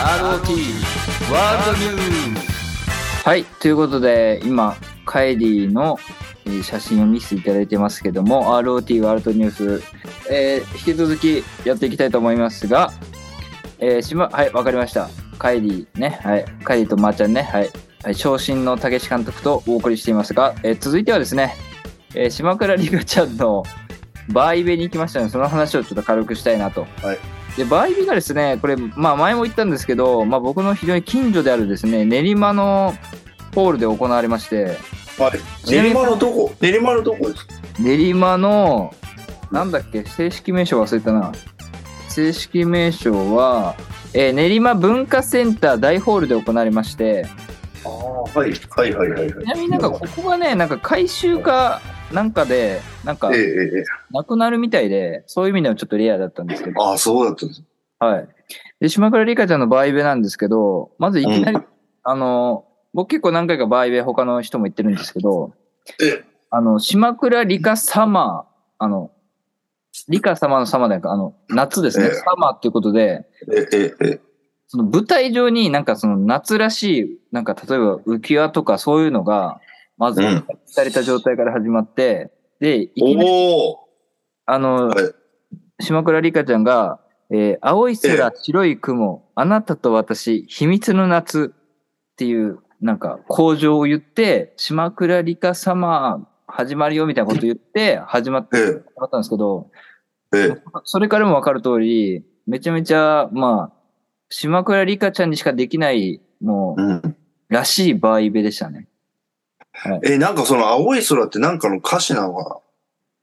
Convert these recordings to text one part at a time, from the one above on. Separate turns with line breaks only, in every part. ROT ワールドニュース
はい、ということで、今、カイリーのえー写真を見せていただいてますけども、ROT ワールドニュース、えー引き続きやっていきたいと思いますが、えーしま、はい、わかりました。カイリーね、はい、カイリーとまーちゃんね、はい、はい、昇進のたけし監督とお送りしていますが、えー続いてはですね、えー島倉りかちゃんのバーイベに行きましたので、その話をちょっと軽くしたいなと。
はい
で、バーイベがですね、これ、まあ前も言ったんですけど、まあ僕の非常に近所であるですね、練馬のホールで行われまして、
はい練馬のどこ練馬のどこですか
練馬の、なんだっけ、正式名称忘れたな。正式名称は、えー練馬文化センター大ホールで行われまして、
ああはいはいはいはいはい
ちなみになんかここがね、なんか改修かなんかで、なんか
ええええええ
なくなるみたいで、そういう意味ではちょっとレアだったんですけど、
ああそうだったんです
はい。で、島倉理香ちゃんのバーイベなんですけど、まずいきなり、あの、僕結構何回かバーイベ他の人も行ってるんですけど、
え
あの、島倉理香様、あの、理香様の様だか、あの、夏ですね、
ええ
様っていうことで、
ええええ
その舞台上になんかその夏らしい、なんか例えば浮輪とかそういうのが、まず
うん
された状態から始まって、で、いきなり、
おお
あの、
はい
島倉理香ちゃんが、えー青い空、
ええ
白い雲、あなたと私、秘密の夏っていう、なんか、口上を言って、島倉理香様、始まるよみたいなこと言って、始まっ
ええ
始まったんですけど、
ええ
それからもわかる通り、めちゃめちゃ、まあ、島倉理香ちゃんにしかできない、もう、
うん
らしいバーイベでしたね。
えなんかその青い空ってなんかの歌詞なのか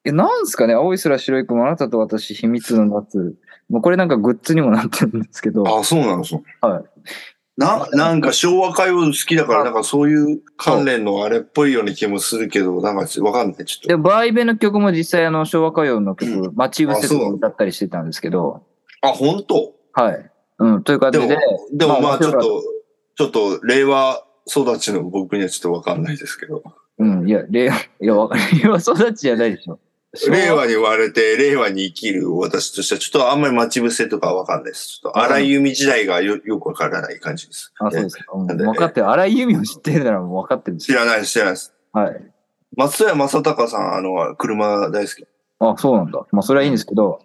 え、なんすかね青い空白い雲、あなたと私、秘密の夏。もうこれなんかグッズにもなってるんですけど。
なああそうなのそう
はい
ななんか昭和歌謡好きだから、なんかそういう関連のあれっぽいような気もするけど、なんかわかんない、ちょっ
で、バーイベの曲も実際あの昭和歌謡の曲、待ち伏せとか歌ったりしてたんですけど、
と。あ、本当
はい。うん、という感
で
じ
も
で、、
でも
ま
ま
あ
あちょっと、ちょっと令和育ちの僕にはちょっとわかんないですけど、
うん、いや、令和、い や、わかる。令和育ちじゃないでしょ。
令和に生まれて、令和に生きる私としては、ちょっとあんまり待ち伏せとかわかんないです。ちょっと荒井由実時代がよよくわからない感じです。
あ、そう
え
ですか。うん、
なんで
分かってる。荒井由実を知ってるならもう分かってるん
え
です
知
よ。
らないです、知らないです。
はい。
松任谷正隆さん、あの、車大好き。
あ、そうなんだ。まあ、それはいいんですけど、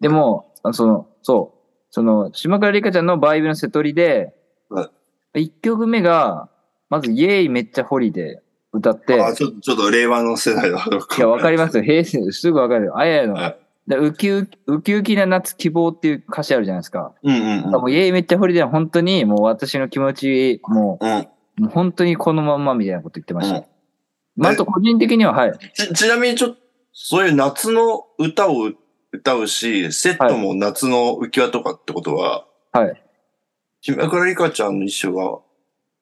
でも、あその、そう、その、島倉理香ちゃんのバーイベの瀬取りで、
は
一1曲目が、まず、イエーイめっちゃホリで歌って、
あちょっと、ちょっと令和の世代だと
いや、わかりますよ。平成、すぐわかるよ。あややの。
はい
でウキウキ、ウキウキな夏希望っていう歌詞あるじゃないですか。
うんうんうん。
もう、イエイめっちゃホリデーは本当に、もう私の気持ち、も
うん、
う、もう本当にこのまんまみたいなこと言ってました。
うん
まあ、あと個人的には、はい。
ち、ちなみにちょっと、そういう夏の歌を歌うし、セットも夏の浮き輪とかってことは、
はい。
島倉里香ちゃんの衣装は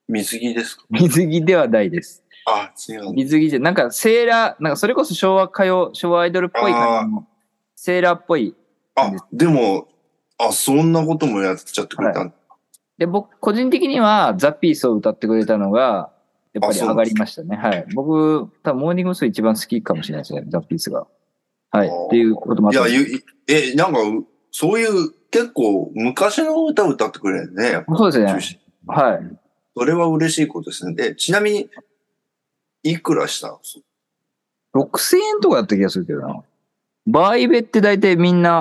水着ですか
水着ではないです。
あ、違う。
水着じゃ、なんかセーラー、なんかそれこそ昭和歌謡、昭和アイドルっぽい感じの、セーラーっぽい。
あ、でも、あ、そんなこともやっちゃってくれたんだ。
で、僕、個人的には、ザ・ピースを歌ってくれたのが、やっぱり上がりましたね。はい。僕、多分、モーニング娘。一番好きかもしれないですね、ザ・ピースが。は
あ
い。
ー
っていうこともあ
い
ったん
や
です
ゆ、え、なんか、うそういう、結構、昔の歌を歌ってくれるね。やっぱ
そうです
中
ね。
心
はい。
それは嬉しいことですね。で、ちなみに、いくらしたの
6000円とかだった気がするけどな。バーイベって大体みんな、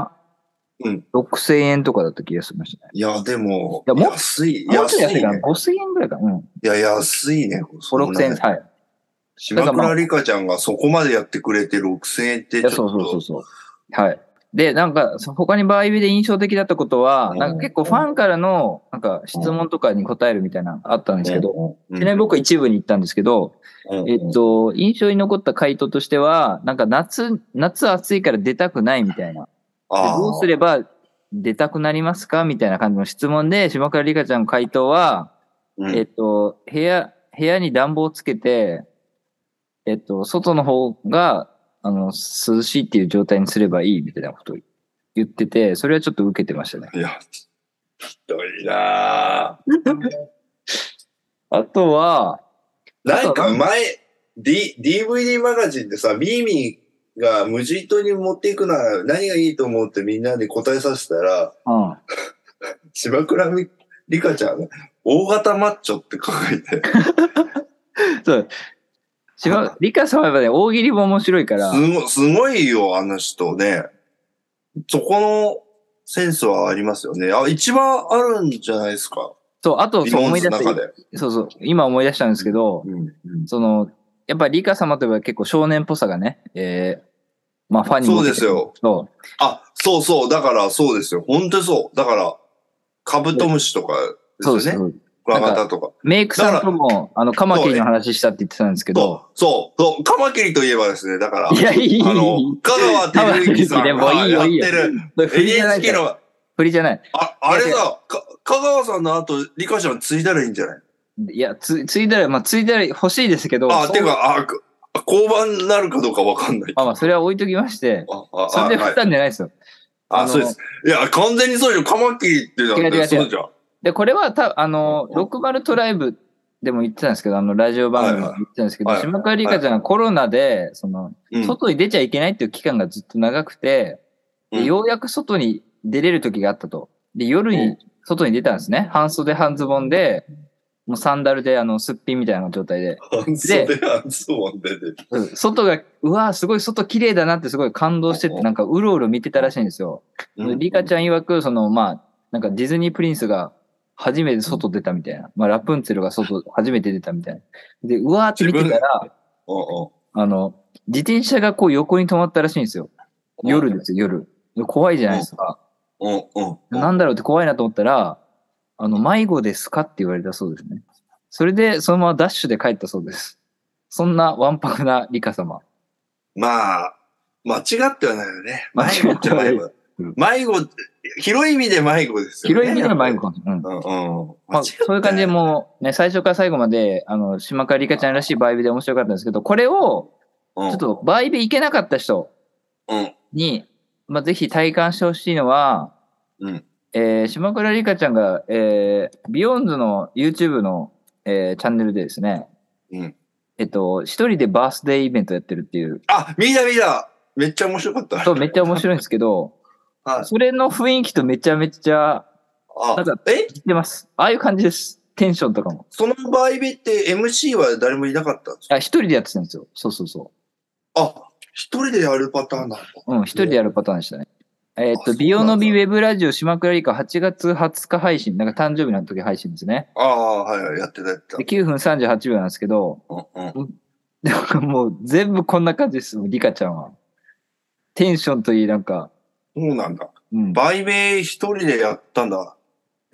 うん
6000円とかだった気がしましたね。
いや、でも、
いやもっ
安い、
もうちょ
安
い
い
安いかな。
ね。
5000円ぐらいかな。うん。
いや、安いね。そんな
5、6000円。はい。
島倉里香ちゃんがそこまでやってくれて6000円って
い
ちょ
や、
っ
そうそうそう
と、
そう。はい。で、なんか、そ他にバーイベで印象的だったことは、
うん
なんか結構ファンからの、なんか質問とかに答えるみたいなのあったんですけど、ちなみに僕は一部に行ったんですけど、
うん
えっと、印象に残った回答としては、なんか夏、夏暑いから出たくないみたいな。で
あー
どうすれば出たくなりますかみたいな感じの質問で、島倉里香ちゃんの回答は、
うん
えっと、部屋、部屋に暖房をつけて、えっと、外の方が、あの、涼しいっていう状態にすればいいみたいなことを言ってて、それはちょっと受けてましたね。
いや、ひどいなぁ
あとは、
なんか前、D、DVD マガジンでさ、ミーミーが無人島に持っていくなら何がいいと思うってみんなで答えさせたら、
うん。
島倉みリカちゃんね、大型マッチョって書いて、
そう。違う。リカ様はね、大喜利も面白いから。
すごすごいよ、あの人ね。そこのセンスはありますよね。あ、一番あるんじゃないですか。
そう、あと、
理
そう
論
思い出
の
し
中
た。
で。
そうそう。今思い出したんですけど、
うんうん
その、やっぱりリカ様といえば結構少年っぽさがね、えー、まあファンに
そ
も
うですよ。
そ
あ、そうそう。だからそうですよ。本当にそう。だから、カブトムシとか
う。そう
で
ですす
よね。
ね。
クワガタとか。
メイクさんとも、あの、カマキリの話したって言ってたんですけど、
そう、そう、そう、カマキリといえばですね、だから、
いや、いい、いい、いい
あの、香川照之さん
カマキリでも
が
いいよ
やっ
いい
て
よ
る
振りじゃない
NHK
から。
の、
振りじゃない。
ああれだ、か香川さんの後、リカちゃん継いだらいいんじゃない
いや、つ、ついだら、まあ、ついだら欲しいですけど、
あ、
そう
てか、あ、く交番になるかどうかわかんない。
まあまあ、それは置いときまして、
あ、あ、
そ
あ、
れで振
は
っ
い、
たんじゃないですよ。
あ、そうです。いや、完全にそうでしょ。カマキリってな
違う違う
っ
違
て
う
そうじゃん。
で、これはた、あの、ロックバルトライブでも言ってたんですけど、あの、ラジオ番組でも言ってたんですけど、
はいはい
島川里香ちゃんはコロナで、その、
うん
外に出ちゃいけないっていう期間がずっと長くて、で
うん
ようやく外に出れる時があったと。で、夜
うん
に外に出たんですね。半袖半ズボンで、もうサンダルで、あの、すっぴんみたいな状態で。
半 袖、半ズボンで出て。
うん外が、うわーすごい外綺麗だなってすごい感動してて、なんかうろうろ見てたらしいんですよ。
うん
リカちゃん曰く、その、まあ、なんかディズニープリンスが初めて外出たみたいな。まあ、ラプンツェルが外、初めて出たみたいな。で、うわーって見てたら、
うんうん
あの、自転車がこう横に止まったらしいんですよ。夜ですよ、夜。で怖いじゃないですか。
うんうんうん。
なんだろうって怖いなと思ったら、あの、迷子ですかって言われたそうですね。それで、そのままダッシュで帰ったそうです。そんなわんぱくなリカ様。
まあ、間違ってはないよね。
間
迷子
違
っ
って
て
はない
迷子
うん。
迷子、広い意味で迷子ですよね。
広い意味では迷子。かも。うん。
うんうん。
まあ、そういう感じで
も
もう、ね、最初から最後まで、あの、島川里香ちゃんらしいバイブで面白かったんですけど、これを、
う
ち
ん
ょっとバイブいけなかった人
うん。
に、まあ、ぜひ体感してほしいのは、
うん
えー島倉里香ちゃんが、えー、ビヨンズの YouTube の、えーチャンネルでですね、
うん
えっと、一人でバースデーイベントやってるっていう、
あ、見た見ためっちゃ面白かった。
そうめっちゃ面白いんですけど、
はい
それの雰囲気とめちゃめちゃ
あ
なんか
え
似てます。ああいう感じです。テンションとかも。
その場合べって MC は誰もいなかったんですか
あ、一人でやってたんですよ。そうそうそ
あ、一人でやるパターンなんだ。
う。うん、一人でやるパターンでしたね。えーっ
あそうな
と、
んだ
美容の美ウェブラジオ島倉里香8月20日配信、なんか誕生日の時配信ですね。
ああ、はいはい、やってたやってた
で。9分38秒なんですけど、
うんうん。
なんか もう全部こんな感じです、もうリカちゃんは。テンションといい、なんか、
そうなんだ。
うん。は
売名一人でやったんだ。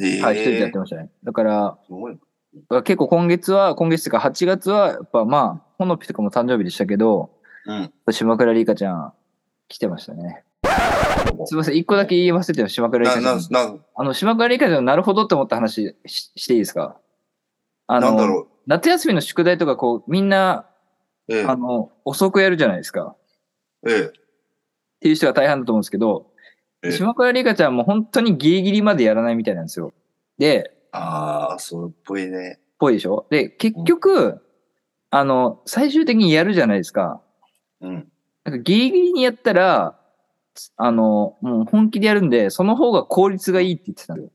ええ
い、一人でやってましたね。だから、
すごい。
結構今月は、今月というか8月は、やっぱまあ、ほのぴとかも誕生日でしたけど、
うん。
島倉リカちゃん、来てましたね。すみません、一個だけ言い忘れてました島倉リ
な、
カちゃ
なんん、。なん、
あの、島倉リカちゃん、なるほどって思った話ししていいですかあ
なんだ
の、
ろ
夏休みの宿題とか、こう、みんな、
う。え
あの、遅くやるじゃないですか。
え、え
っていう人が大半だと思うんですけど、
ええ
島倉里香ちゃんも本当にギリギリまでやらないみたいなんですよ。で、
え。ああ、そうっぽいね。
ぽいでしょで、結局、あの、最終的にやるじゃないですか。
うん。
なんかギリギリにやったら、あの、もう本気でやるんで、その方が効率がいいって言ってたんですよ。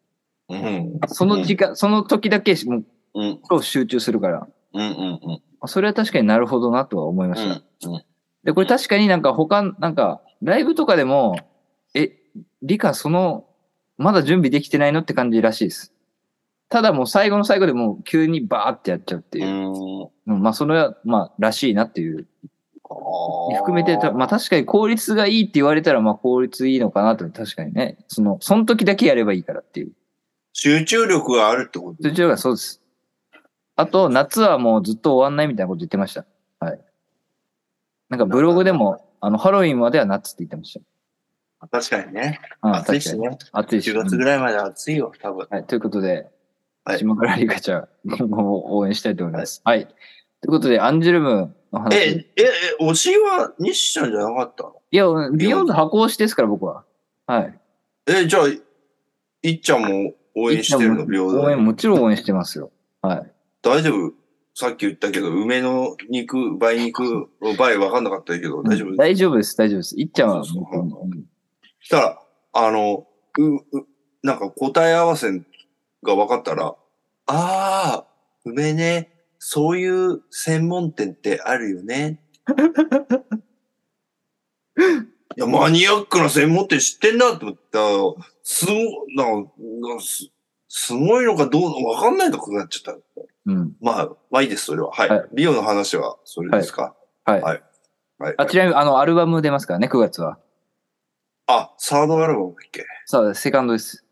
うん。
その時間、その時だけもう
うん。
超集中するから。
うんうんうん。
それは確かになるほどなとは思いました。で、これ確かになんか他、なんか、ライブとかでも、え、理科その、まだ準備できてないのって感じらしいです。ただもう最後の最後でもう急にバーってやっちゃうって
う
いう。
ん。
うんまあそれは、まあらしいなっていう。含
含
めてた、まあ確かに効率がいいって言われたら、まあ効率いいのかなって確かにね。その、その時だけやればいいからっていう。
集中力があるってこと
そっちの方がそうです。あと、夏はもうずっと終わんないみたいなこと言ってました。はい。なんかブログでも、あの、ハロウィンまでは夏って言ってました。
確かにね。
うん
暑い
確か
し
に
ね。
暑いし。
10月
うん
ぐらいまで暑いよ、多分。
はい、ということで、
はい
島倉里香ちゃん、今後も応援したいと思います。はい。ということで、アンジュルムの
え、
話。
え、え、推しは西ちゃんじゃなかったの
いや、ビヨンズ箱推しですから、僕は。はい。
え、じゃあ、いっちゃんも応援してるの、平
応援、
等。
もちろん応援してますよ。はい。
大丈夫さっき言ったけど、梅の肉、梅肉、梅分かんなかったけど、大丈夫
大丈夫です、大丈夫です。いっちゃんは
そうそう
僕も、うん
したら、あの、う、う、なんか答え合わせのが分かったら、ああ、梅ね、そういう専門店ってあるよ ね。いや、マニアックな専門店知ってんなって思ったら、すご、なんか、なんかすすごいのかどう、わかんないとこになっちゃった。
うん。
まあ、まあいいです、それは。はい。
はい
リオの話は、それですか。
はい。
はいはい。
あ、ちなみに、あの、アルバム出ますからね、9月は。
あ、サードアルバムだっけ
そうです、セカンドです。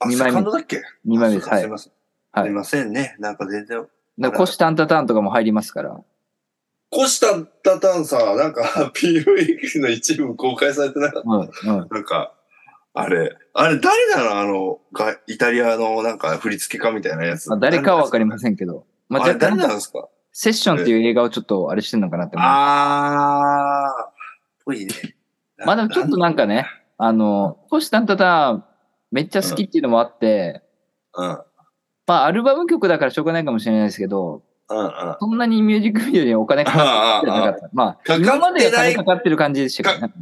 あ、
二枚目
セカンドだっけ
2枚目です。
あ
は
そうか。すい
い
ません。
はい
すいませんね。なんか全然。
で、虎視眈々ターンとかも入りますから。
コシタタタンさん、なんか PV の一部公開されてなかっ
うん、うん。
た。なんか、あれ、あれ誰なのあの、がイタリアのなんか振り付け家みたいなやつ。
まあ、誰かはわかりま
ん。
せんけど。ま
あ
あ、
れ
若
誰なん
干、
ですか
セッションっていう映画をちょっとあれしてんのかなって思う。
あー、ぽいね。
まあでもちょっとなんかね、あの、虎視眈々ターンめっちゃ好きっていうのもあって、
なん。
まあアルバム曲だからしょうがないかもしれないですけど、
うん、うん、うん。
そんなにミュージックビデオにお金かかってなかった。まあ、
かかってない
今までは金かかってる感じでしたけどね。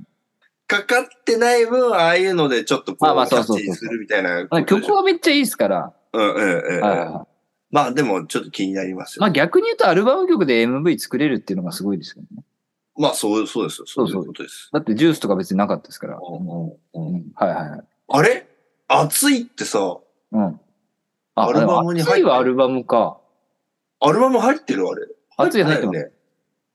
かかってない分、ああいうのでちょっとこ
まあま
う、
あ
キ
そ
ャ
う
ッ
そう
チ
そうそう
するみたいな
ま
こと
あ
でし
曲
ょ。
はめっちゃいいですから。
うん、うん、うん
はい
うん。
は
まあでも、ちょっと気になります
い
よ
まあ。逆に言うとアルバム曲で MV 作れるっていうのがすごいですけどね。
まあ、そう、そうですよ。そ
そうう
い
そう
うことです。
だってジュースとか別になかったですから。
うんうん
う
うん
んはいはいはい。
あれ暑いってさ、
うん。あ、
ア
ア
ル
ル
バ
バ
ム
ム
に
に
入ってる
入はアルバムか。
アルバム入ってるあれ。
熱い入って
る
ま
ね
す。。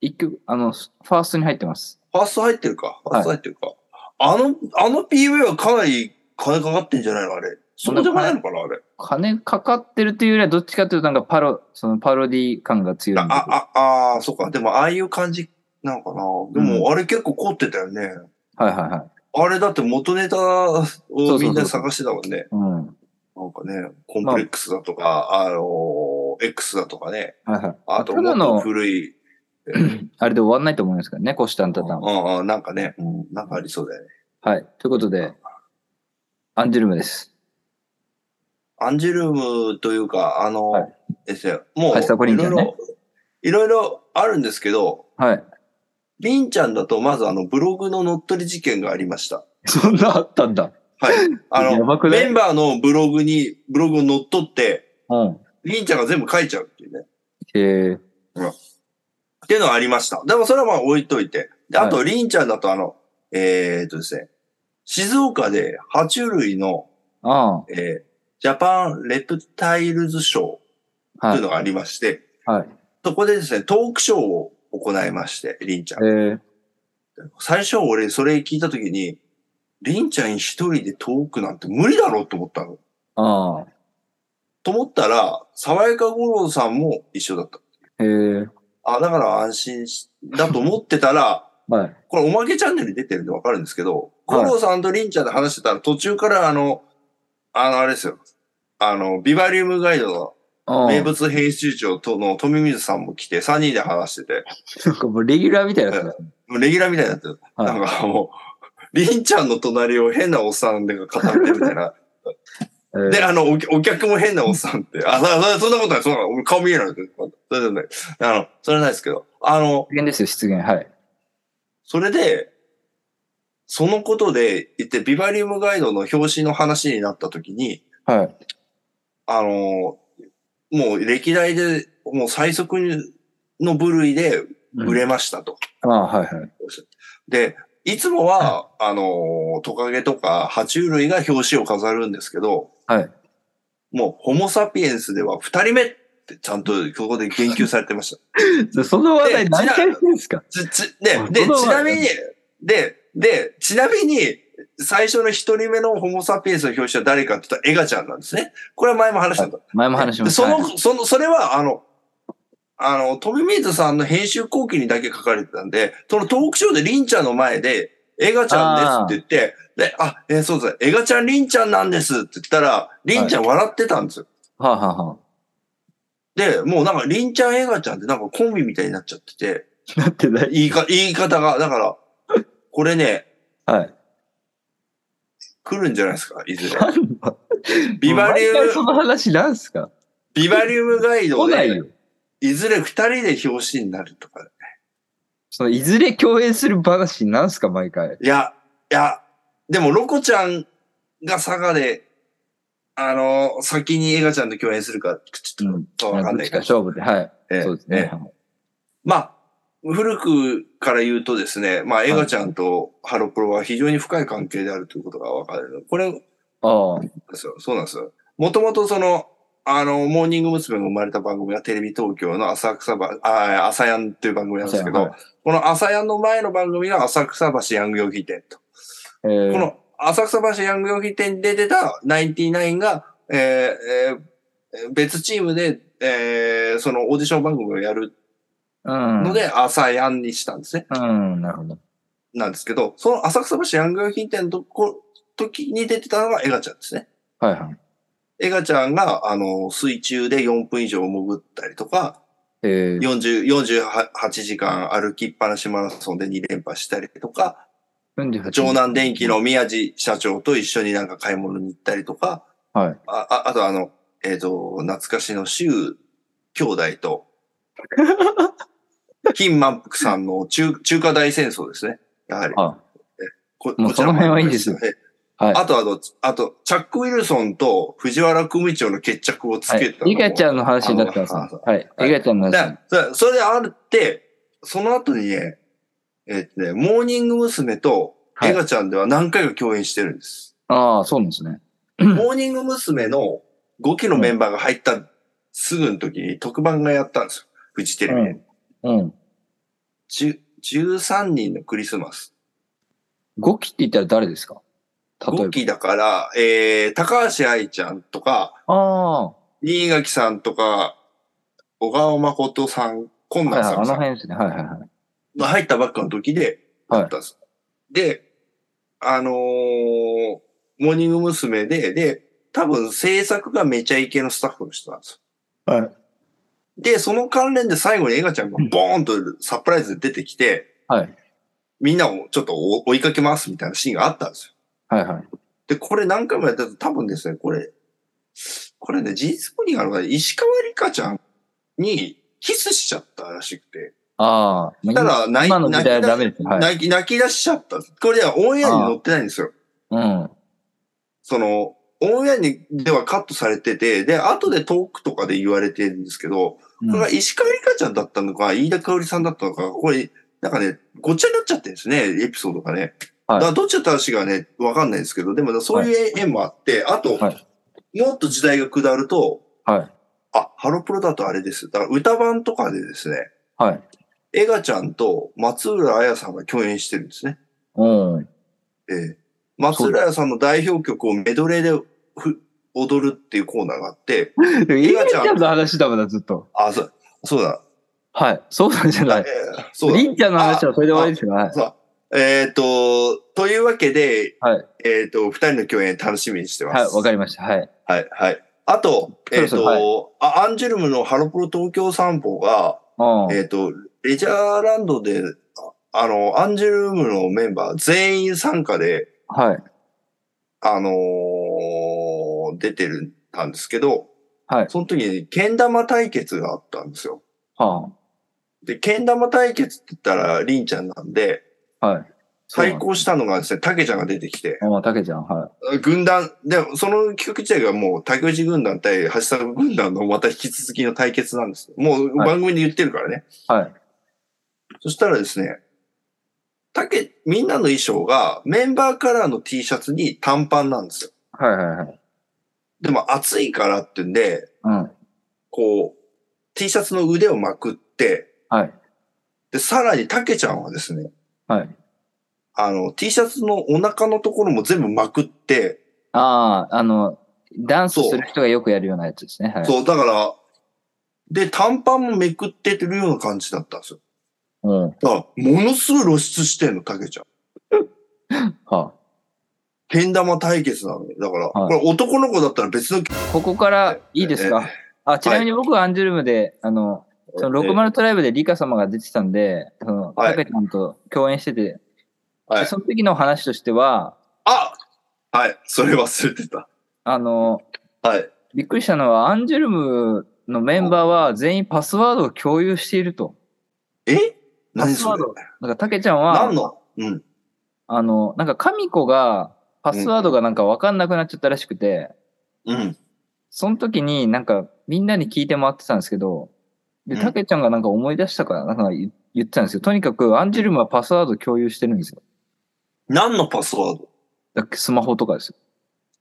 一曲、あの、ファーストに入ってます。
ファースト入ってるか。ファー
は
ス
い
ト入ってるか。あの、あの PV はかなり金かかってんじゃないのあれ。そこじゃないのかなあれ。
金かかってるというよりはどっちかというとなんかパロ、そのパロディ感が強い
あ
んで。
あ、あ、あー、そっか。でも、ああいう感じなのかな。でも、あれ結構凝ってたよね。
はいはいはい。
あれだって元ネタを
そう
みんな探してたもんね。
うん。は
なんかね、コンプレックスだとか、あのー、X だとかね。
いはい。
あと、
た
も
だ
っ
の
と古い。
あれで終わんないと思いますからね、コシタンタタンは。
うんうん、なんかね、うん、なんかありそうだよね。
はい。ということで、アンジュルムです。
アンジュルムというか、あの、
はい
ですね、もう、
ハイスタコリンキャン
いろ
ね
いろ、いろいろあるんですけど、
はい。
りんちゃんだと、まずあの、ブログの乗っ取り事件がありました。
そんなあったんだ。
はい。あ
や
の、
ばくない
メンバーのブログに、ブログを乗っ取って、
うん。
りんちゃんが全部書いちゃうっていうね。
えー、
っていうのはありました。でもそれはまあ置いといて。で、あと、
は
りんちゃんだとあの、えー、っとですね、静岡で爬虫類の、
あ
えージャパンレプタイルズショー
あ、
と
は
いう
い。
のがありまして、
はい。
そこでですね、トークショーを行いまして、りんちゃ
え
ん。
ー、
最初俺それ聞いたときに、りんちゃん一人でトークなんて無理だろうと思ったの。
ああ、
と思ったら、沢井か五郎さんも一緒だった。
えー、
あ、だから安心し、だと思ってたら、
はい。
これおまけチャンネルに出てるんでわかるんですけど、
は
五
い
郎さんとりんちゃんで話してたら途中からあの、あのあれですよ。あの、ビバリウムガイド
あ
の
あ
名物編集長との富水さんも来て、3人で話してて、
なんかもうレギュラーみたいなやつだ。
もうレギュラーみたいになってる。
はい
なんかもう、りんちゃんの隣を変なおっさんが語ってるみたいな。
え
で、
ー
あのお、お客も変なおっさんって。あ、そそそんなことない、そんなことない俺顔見えない。それじゃない。あの、それはないですけど。あの、
失言ですよ、失言。はい。
それで、そのことで言って、ビバリウムガイドの表紙の話になった時に、
はい。
あの、もう歴代で、もう最速の部類で売れましたと。
ああ、はいはい。
で、いつもは、あのー、トカゲとか爬虫類が表紙を飾るんですけど、
はい。
もう、ホモサピエンスでは二人目ってちゃんとここで言及されてました。
そその話
で
題何回してるんですか
ち、ち、で、
あ
で、
そう
ちな
なんだ
みに、で、で、ちなみに、最初の一人目のホモサピエンスの表紙は誰かって言ったらエガちゃんなんですね。これは前も話したんだ。
前も話しま
で
した。
そ
はい
の、その、それは、あの、あの、トミミーズさんの編集後期にだけ書かれてたんで、そのトークショーでリンちゃんの前で、エガちゃんですって言って、で、あ、えーそうです。エガちゃん、リンちゃんなんですって言ったら、リンちゃん笑ってたんですよ。
はあ、はあはあ、
で、もうなんか、リンちゃん、エガちゃんってなんかコンビみたいになっちゃってて、
なってない。
言いか、言い方が、だから、これね、
はい。
来るんじゃないですか、い ずれ。
なんだ
ビバリウ
毎回そ
ム、
の話なんすか
ビバリウムガイド
来ない
で
よ、。
いずれ二人で表紙になるとか、
そのいずれ共演する話なんすか毎回。
いや、いや、でも、ロコちゃんが佐賀であの、先にエガちゃんと共演するか、ちょっ
うん
とわかんない
ど
け
っ
ど
ち勝負で、はい。
ええ
そうですね。
ええまあ、古くから言うとですね、まあ、エガちゃんとハロプロは非常に深い関係であるということがわかる。これ、
ああ、
そうそうなんですよ。もともとその、あの、モーニング娘。が生まれた番組がテレビ東京の浅草ば、あ、朝やんっていう番組なんですけど、
はい
この朝やんの前の番組が浅草橋ヤング用品店と。
ええ
この浅草橋ヤング用品店で出たナインティナインが、えーえー別チームで、えーそのオーディション番組をやる
うん。
ので、朝やんにしたんですね。
うん、なるほど。
なんですけど、その浅草橋ヤング用品店のとこ時に出てたのがエガちゃんですね。
はいはい。
エガちゃんが、あの、水中で4分以上潜ったりとか、
ええ
40 48時間歩きっぱなしマラソンで2連覇したりとか、
48
城南電機の宮地社長と一緒になんか買い物に行ったりとか、
はい
あ、ああとあの、えっ、と、懐かしの周兄弟と、 金満腹さんの中中華大戦争ですね。やはり。
あ
こ
もう
こちら
その辺はいいですよ
ね。
はい
あと、あと、あと、チャック・ウィルソンと藤原組長の決着をつ
は
け
い
た。のも。
イガちゃんの話だったんです
あの
ね。はい。
はい
イガちゃんの話。
だそれそれであるって、その後にね、えっとね、モーニング娘。と
はい
エガちゃんでは何回か共演してるんです。
ああ、そうなんですね。
モーニング娘。の5期のメンバーが入ったすぐの時に特番がやったんですよ。フジテレビで。
うん。
じゅ13人のクリスマス。
5期って言ったら誰ですか例え
5期だから、えー、高橋愛ちゃんとか、
ば。あ
新垣さんとか、小川誠さん、今野
あ、はいはい、
さ
あ
ん
の
さん
辺ですね。はいはいはい。
が入ったばっかの時で、
はい
だったんです。で、あのーモーニング娘。で、で、多分制作がめちゃイケのスタッフの人なんですよ。
はい。
で、その関連で最後にエガちゃんがボーンとサプライズで出てきて、
はい。
みんなをちょっと追いかけますみたいなシーンがあったんですよ。
はいはい。
で、これ何回もやってると多分ですね、これ、これね、事実婚にあるから、石川里香ちゃんにキスしちゃったらしくて、
ああ、まあ
ただ泣い
今の時代はダメですね。はい。
泣き、泣き出しちゃった。これではオンエアに載ってないんですよ。
うん。
その、オンエアにではカットされてて、で、後でトークとかで言われてるんですけど、これが石川里香ちゃんだったのか、飯田香織さんだったのか、これ、なんかね、ごっちゃになっちゃってるんですね、エピソードがね。
はい
だからどっちだったしがね、わかんないですけど、でもそういう縁もあって、あと、
は
もっと時代が下ると、
はい
あ、ハロプロだとあれです。だから歌版とかでですね、
はい。
エガちゃんと松浦彩さんが共演してるんですね。
うん。
ええ松浦彩さんの代表曲をメドレーでふ踊るっていうコーナーがあって、
イガ
ガ
ち
ち
ゃ
ゃん
んの話だもんな、ずっと。
あ、そう、そうだ。
はい。そうなんじゃない
え。えそうだ。
りんちゃんの話はそれで終わりですよ。はい。
そうだえっ、と、というわけで、
はい
えっ、と、二人の共演楽しみにしてま
はい、
す。
わかりました。はい。
はい、はい。あと、えっ、
そうそう
と、
はい
あアンジュルムのハロプロ東京散歩が、
うん。
えっ、と、レジャーランドで、ああの、アンジュルムのメンバー全員参加で、
はい。
あのー出てるたんですけど、
はい
その時に、けん玉対決があったんですよ。
は
で、けん玉対決って言ったら、りんちゃんなんで、
あ。はい。
対抗したのがですね、たけちゃんが出てきて、
あ、たけちゃん。はい。
軍団、で、その企画自体がもう、竹内軍団対橋坂軍団のまた引き続きの対決なんです。もう
はい
番組で言ってるからね。
はい。
そしたらですね、たけ、みんなの衣装がメンバーカラーの T シャツに短パンなんですよ。
はいはいはい。
でも暑いからってんで、
うん。
こう、T シャツの腕をまくって、
はい。
で、さらに、たけちゃんはですね、
はい。
あの、T シャツのお腹のところも全部まくって、
ああ、あの、ダンスする人がよくやるようなやつですね。はい。
そう、だから、で、短パンもめくってるような感じだったんですよ。
うん。は
だから、ものすごい露出してんの、たけちゃん。
あ。
けん玉対決なのに。だから、
はい
これ男の子だったら別の、
ここからいいですかあ、ちなみに僕はアンジュルムで、あの、その60トライブでリカ様が出てたんで、その、
は
タ
い
ケちゃんと共演してて、
はい
その時の話としては、
あはい、それ忘れてた。
あの、
はい。
びっくりしたのは、アンジュルムのメンバーは全員パスワードを共有していると。
え何それ
パスワーなんか、たけちゃんは
何、のうん。
あの、なんか、神子が、パスワードがなんかわかんなくなっちゃったらしくて、
うん。
その時になんかみんなに聞いて回ってたんですけど、で、
うん
たけちゃんがなんか思い出したからなんか言言ってたんですよ。とにかくアンジュルムはパスワード共有してるんですよ。
何のパスワード
だっけスマホとかですよ。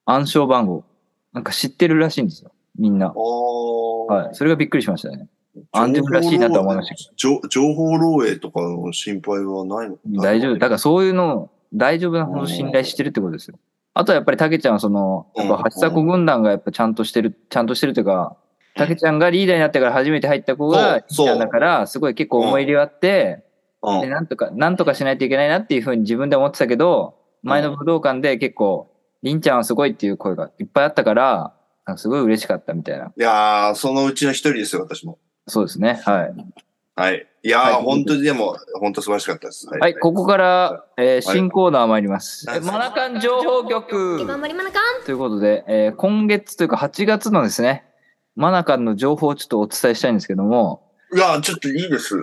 暗証番号。なんか知ってるらしいんですよ。みんな。
ああ。
はい。それがびっくりしましたね。アンジュルムらしいなとは思いましたけど。
情情報漏洩とかの心配はないの
大丈夫。だ
か
からそういうのを大丈夫なほど信頼してるってことですよ。あとはやっぱりたけちゃんはその、やっぱ八迫軍団がやっぱちゃんとしてる、ちゃんとしてるというか、たけちゃんがリーダーになってから初めて入った子が、
そうそう
リーダーだから、すごい結構思い入れはあって、
ら
で、なんとか、なんとかしないといけないなっていうふうに自分で思ってたけど、前の武道館で結構、りんちゃんはすごいっていう声がいっぱいあったから、なんかすごい嬉しかったみたいな。
いやー、そのうちの一人ですよ、私も。
そうですね。はい。
はい。いやー、
はい
本当にでも、本当素晴らしかったです。は
はい、ここから、えー新コーナー参ります。
はい
えマナカン情報局
頑張りまなかん
ということで、えー今月というか8月のですね、マナカンの情報をちょっとお伝えしたいんですけども、
いやー、ちょっといいです。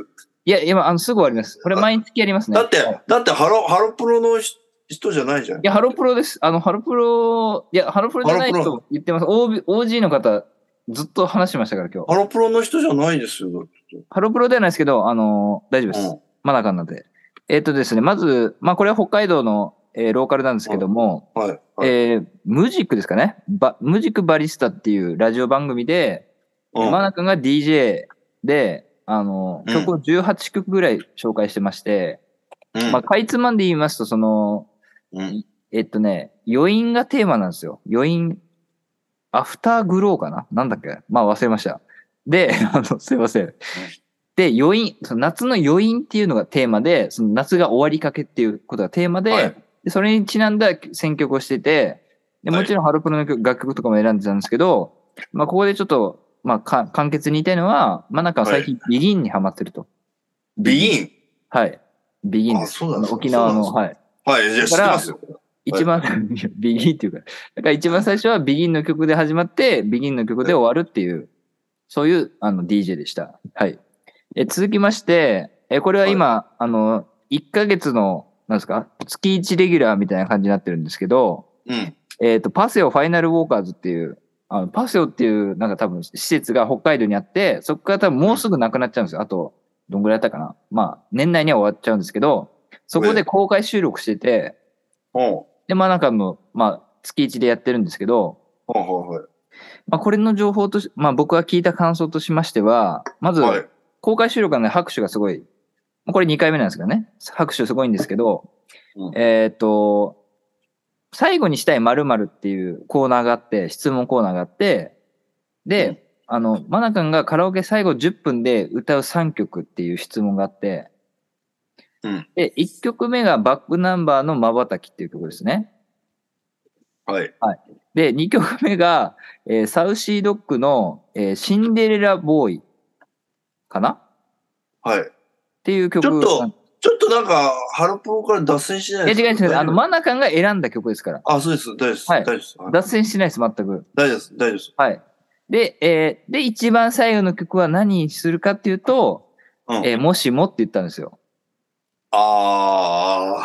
いや、今、あの、すぐ終わります。これ毎月やりますね。
だって
はい、
だってハロ、ハロプロの人人じゃないじゃん
い。や、ハロプロです。あの、ハロプロ、いや、ハロプロじゃない
ハロプ
と言ってます。OB OG の方、ずっと話してましたから、今
ハ
日。
ロプロの人じゃないですよ。
ハロプロではないですけど、あのー大丈夫です。
うん
マナカンなんで。えっ、とですね、まず、まあ、これは北海道の、えーローカルなんですけども、
はい。はい
えームジックですかねばムジックバリスタっていうラジオ番組で、
うん
マナ君が DJ で、あの、
うん
曲を18曲ぐらい紹介してまして、
うん
まあ、かいつまんで言いますと、その、
うん
えっとね、余韻がテーマなんですよ。余韻、アフターグローかななんだっけまあ忘れました。で、 あの、すいません。で、余韻、その夏の余韻っていうのがテーマで、その夏が終わりかけっていうことがテーマで、
はい
でそれにちなんだ選曲をしてて、で
はい
もちろんハロプロの曲楽曲とかも選んでたんですけど、まあここでちょっと、まあか簡潔に言いたいのは、まあなんか最近ビギンにハマってると。
ビギン
はい。ビギンで
あ
す。
そうなんですか
沖縄の、
そうな
はい。
はい、じゃあ知ってますよ。
一番、 いやビギンっていうか、だから一番最初はビギンの曲で始まって、ビギンの曲で終わるっていう、そういうあの DJ でした。はい。え続きまして、えこれは今、あの、1ヶ月の、なんですか、月1レギュラーみたいな感じになってるんですけど、
うん。
えっ、と、パセオファイナルウォーカーズっていう、あのパセオっていう、なんか多分施設が北海道にあって、そこから多分もうすぐなくなっちゃうんですよ。あと、どんぐらいだったかな。まあ、年内には終わっちゃうんですけど、そこで公開収録してて、
ほ
で、まあなんかもう、まあ、月1でやってるんですけど、
うほうほうほう
まあこれの情報とし、まあ僕が聞いた感想としましては、まず、
はい。
公開収録なので拍手がすごい、もうこれ2回目なんですけどね、拍手すごいんですけど、
うん
えっ、と、最後にしたい〇〇っていうコーナーがあって、質問コーナーがあって、で、
うん
あの、マナ君がカラオケ最後10分で歌う3曲っていう質問があって、
うん
で、1曲目がバックナンバーの瞬きっていう曲ですね。
はい。
で、2曲目が、えーサウシードッグの、えーシンデレラボーイかなっ
はい。
ていう曲。
ちょっとちょっとなんか、ハロプロから脱線しない
いや
です
違う違う。あの、
大丈夫
真中が選んだ曲ですから。
あ、そうです。大丈夫です。
はい
大丈夫です。はい
脱線してないです、全く。
大丈夫です。大丈夫です。
はい。で、えーで、一番最後の曲は何にするかっていうと、
うん
えーもしもって言ったんですよ。
あ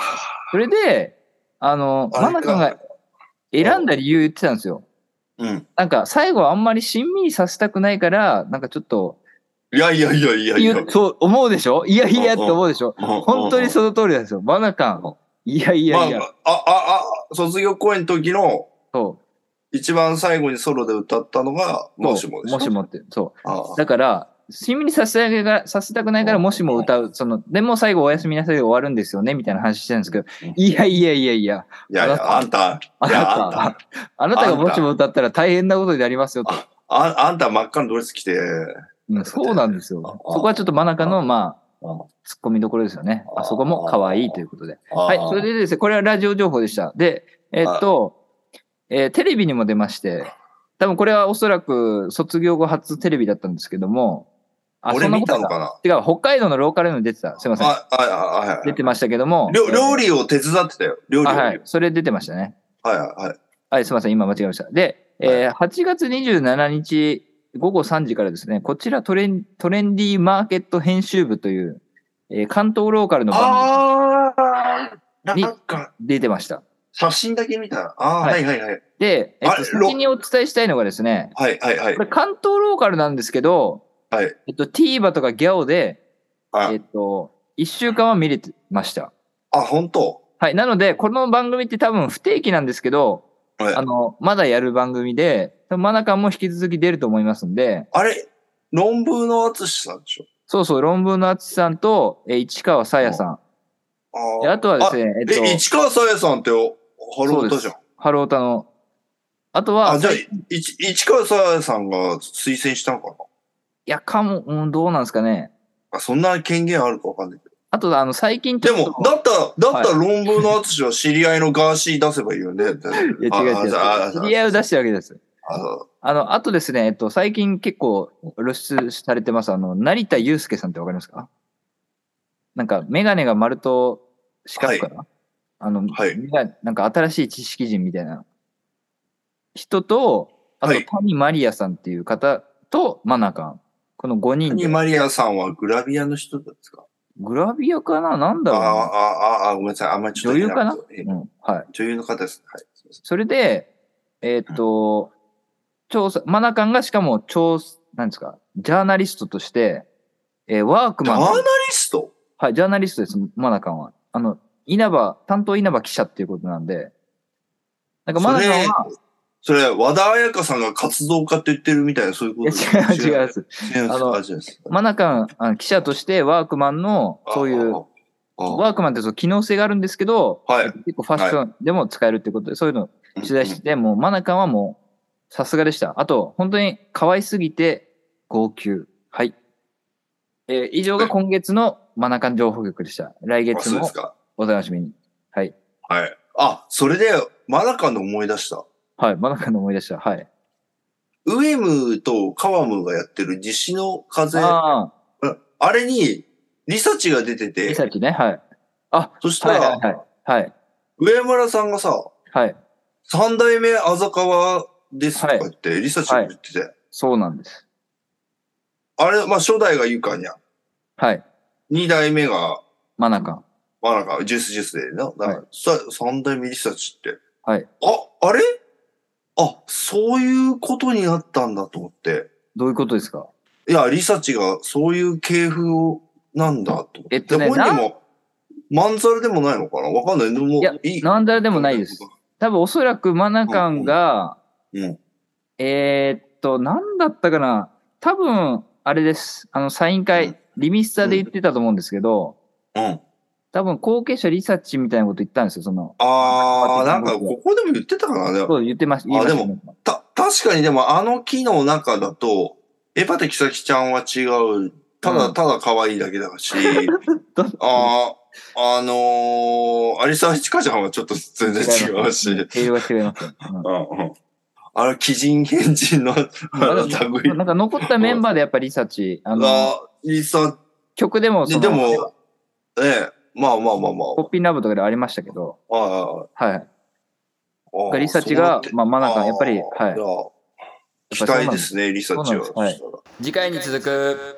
それで、あの、
あれか
真中が選んだ理由言ってたんですよ。
ー。うん。
なんか、最後あんまりしんみりさせたくないから、なんかちょっと、
いやいやいやいやいや。
言うそう思うでしょいやいやって思うでしょ本
本
当にその通りなんですよ。マナカン。いやい
うん。ま
や
あ
いや。、
あ、あ、あ、卒業公演の時の
そ
一番最後にソロで歌ったのが、
う。
もしも
そう
でし
も
ょ
しもって。そ
あ
う。だから、しみにさせたがさせたくないから、もしも歌う。その、でも最後おやすみなさいで終わるんですよね、みたいな話してるんですけど
うん、
いやいやいやいや、
いやいや、あ
あ
んた、
あ
い
な
やあん
た
た、
あなたがもしも歌ったら大変なことになりますよと。
ああんた真っ赤なドレス着て、
うんそうなんですよ。そこはちょっとマナカの、まあ、突っ込みどころですよね。あそこも可愛いということで。
は
はい、それでですね、これはラジオ情報でした。で、えっと、えーテレビにも出まして、多分これはおそらく卒業後初テレビだったんですけども、あ
俺
そんな
見
こと
たのかな
違う、北海道のローカルにも出てた。すいません。
あ、あ、あ、はい
出。てましたけども。
料料
理
理を手伝ってたよ。料理を。
あ、は
はい
い。、それ出てましたね。
はい。
はい、すいません。今間違えました。で、えー8月27日午後3時からですね、こちらトレントレンディーマーケット編集部という、えー関東ローカルの番組
ああ、なんか、
出てました。
写真だけ見たら、ああ、は、
はいい
はいはい。
で、えっ
あれ
と、先にお伝えしたいのがですね、
はいはいはい
こ。れ関東ローカルなんですけど、
はい
えっと、TVer とか GAO で、
あ
えっと、1週間は見れてました。
あ、本当
はい。なので、この番組って多分不定期なんですけど、
はい
あの、まだやる番組で、マナカンも引き続き出ると思いますんで、
あれ、論文の淳さんでしょ
そうそう、論文の淳さんと、えー市川さやさん。
あ
で
あ。
あとはですね、えっと、
え、市川さやさんって、ハロータじゃん。
ハロータの、あとは、
あ、じゃあ、
い
いち市川さやさんが推薦したのかな
や、かも、うん、どうなんですかね。
あそんな権限あるかわかんないけ
あと、あの、最近ち
ど。
ょっ
で
と
も、だったら、だったら論文の淳は知り合いのガーシー出せばいい よね。い
いや、違う違う違う。知り合いを出してるわけです。あの、あとですね、えっと、最近結構露出されてます、あの、成田悠介さんってわかりますかなんか、メガネが丸と四角かな、あの、
はい
メガなんか新しい知識人みたいな人と、あと
はい、
谷マリアさんっていう方と、マナカン。この5人で
に。マリアさんはグラビアの人ですか
グラビアかななん
あ
だ
あ、
ろうな
ああ、ああ、ごめんなさい。あんまりちょっと。
女優かな
え
うん、はい。
女優の方です。はい。すいません
それで、えーっと、調査、マナカンがしかも、調査、なんですか、ジャーナリストとして、えーワーク
ジャ
マン
ー
の
ナリスト
はい、ジャーナリストです、マナカンは。あの、稲葉、担当稲葉記者っていうことなんで、なんかマナカンは、
それ、和田彩香さんが活動家って言ってるみたいな、そういうこ
い
と
や違う違う
違
違
う。
う。
違う
あの
あ違う
マナカンあの、記者としてワークマンの、そういう、
ああああ
ワークマンってそう機能性があるんですけど、
はい
結構ファッションでも使えるってことで、そういうの取材してて、もうマナカンはもう、さすがでした。あと、本当に可愛すぎて、号泣。はい。えー以上が今月のマナカン情報局でした。来
あ
月
そうで
も
すか。
お楽しみに。はい。
はい。あ、それで、マナカンの思い出した。
はい。マナカンの思い出した。はい。
ウエムとカワムがやってる西の風、あ
あ
あれに、リサチが出て
あ、リ
て、
サキね。はい。あ、
そした
はいはい
ら、
はい。はい。
上村さんがさ、
はい。
三代目あざかわですとか言って、リサチが言ってて、
そうなんです。
あれ、まあ初代がゆかにゃん、
はい。
二代目が
マナカン。
まあなんか、ジュースジュースでな、なんか、さ三代目リサーチって。
はい。
あ、あれあ、そういうことになったんだと思って。
どういうことですか
いや、リサーチがそういう系風を、なんだと思って。
えっとね
で本人も、まんざらでもないのかなわかんない。でも、
いや
いい。
なんだでもないです。多分おそらくマナカンが、
うん。
えーっと、なんだったかな多分、あれです。あの、サイン
うん
会、リミスタで言ってたと思うんですけど、
うん。
多分後継者リサーチみたいなこと言ったんですよ、その。
あー、なんか、ここでも言ってたかな。でも
そう言ってました。言いましたね
た、確かにでも、あの木の中だと、エパテキサキちゃんは違う。た
う
だ、
ん
ただ可愛いだけだ し。ああ、あのー、アリサ・チカちゃんはちょっと全然違うし。
毛色が違いますね。うん
うんうんあの、鬼人変人の、あ
まあ
の、
でも
類
なんか残ったメンバーでやっぱリサーチ、あの、
が、リサ、
曲でもそ
で
の、
でも、ええ、まあまあまあま
ポッピンラブとかでありましたけど、
あ。あ
はい。
あああ
リサーチが、まあ、マナカン、やっぱり、
ああ
はい。
いや
ぱ
期
そうなん
待
で
ですすね、リサーチは。
そうなんですはい次回に続く。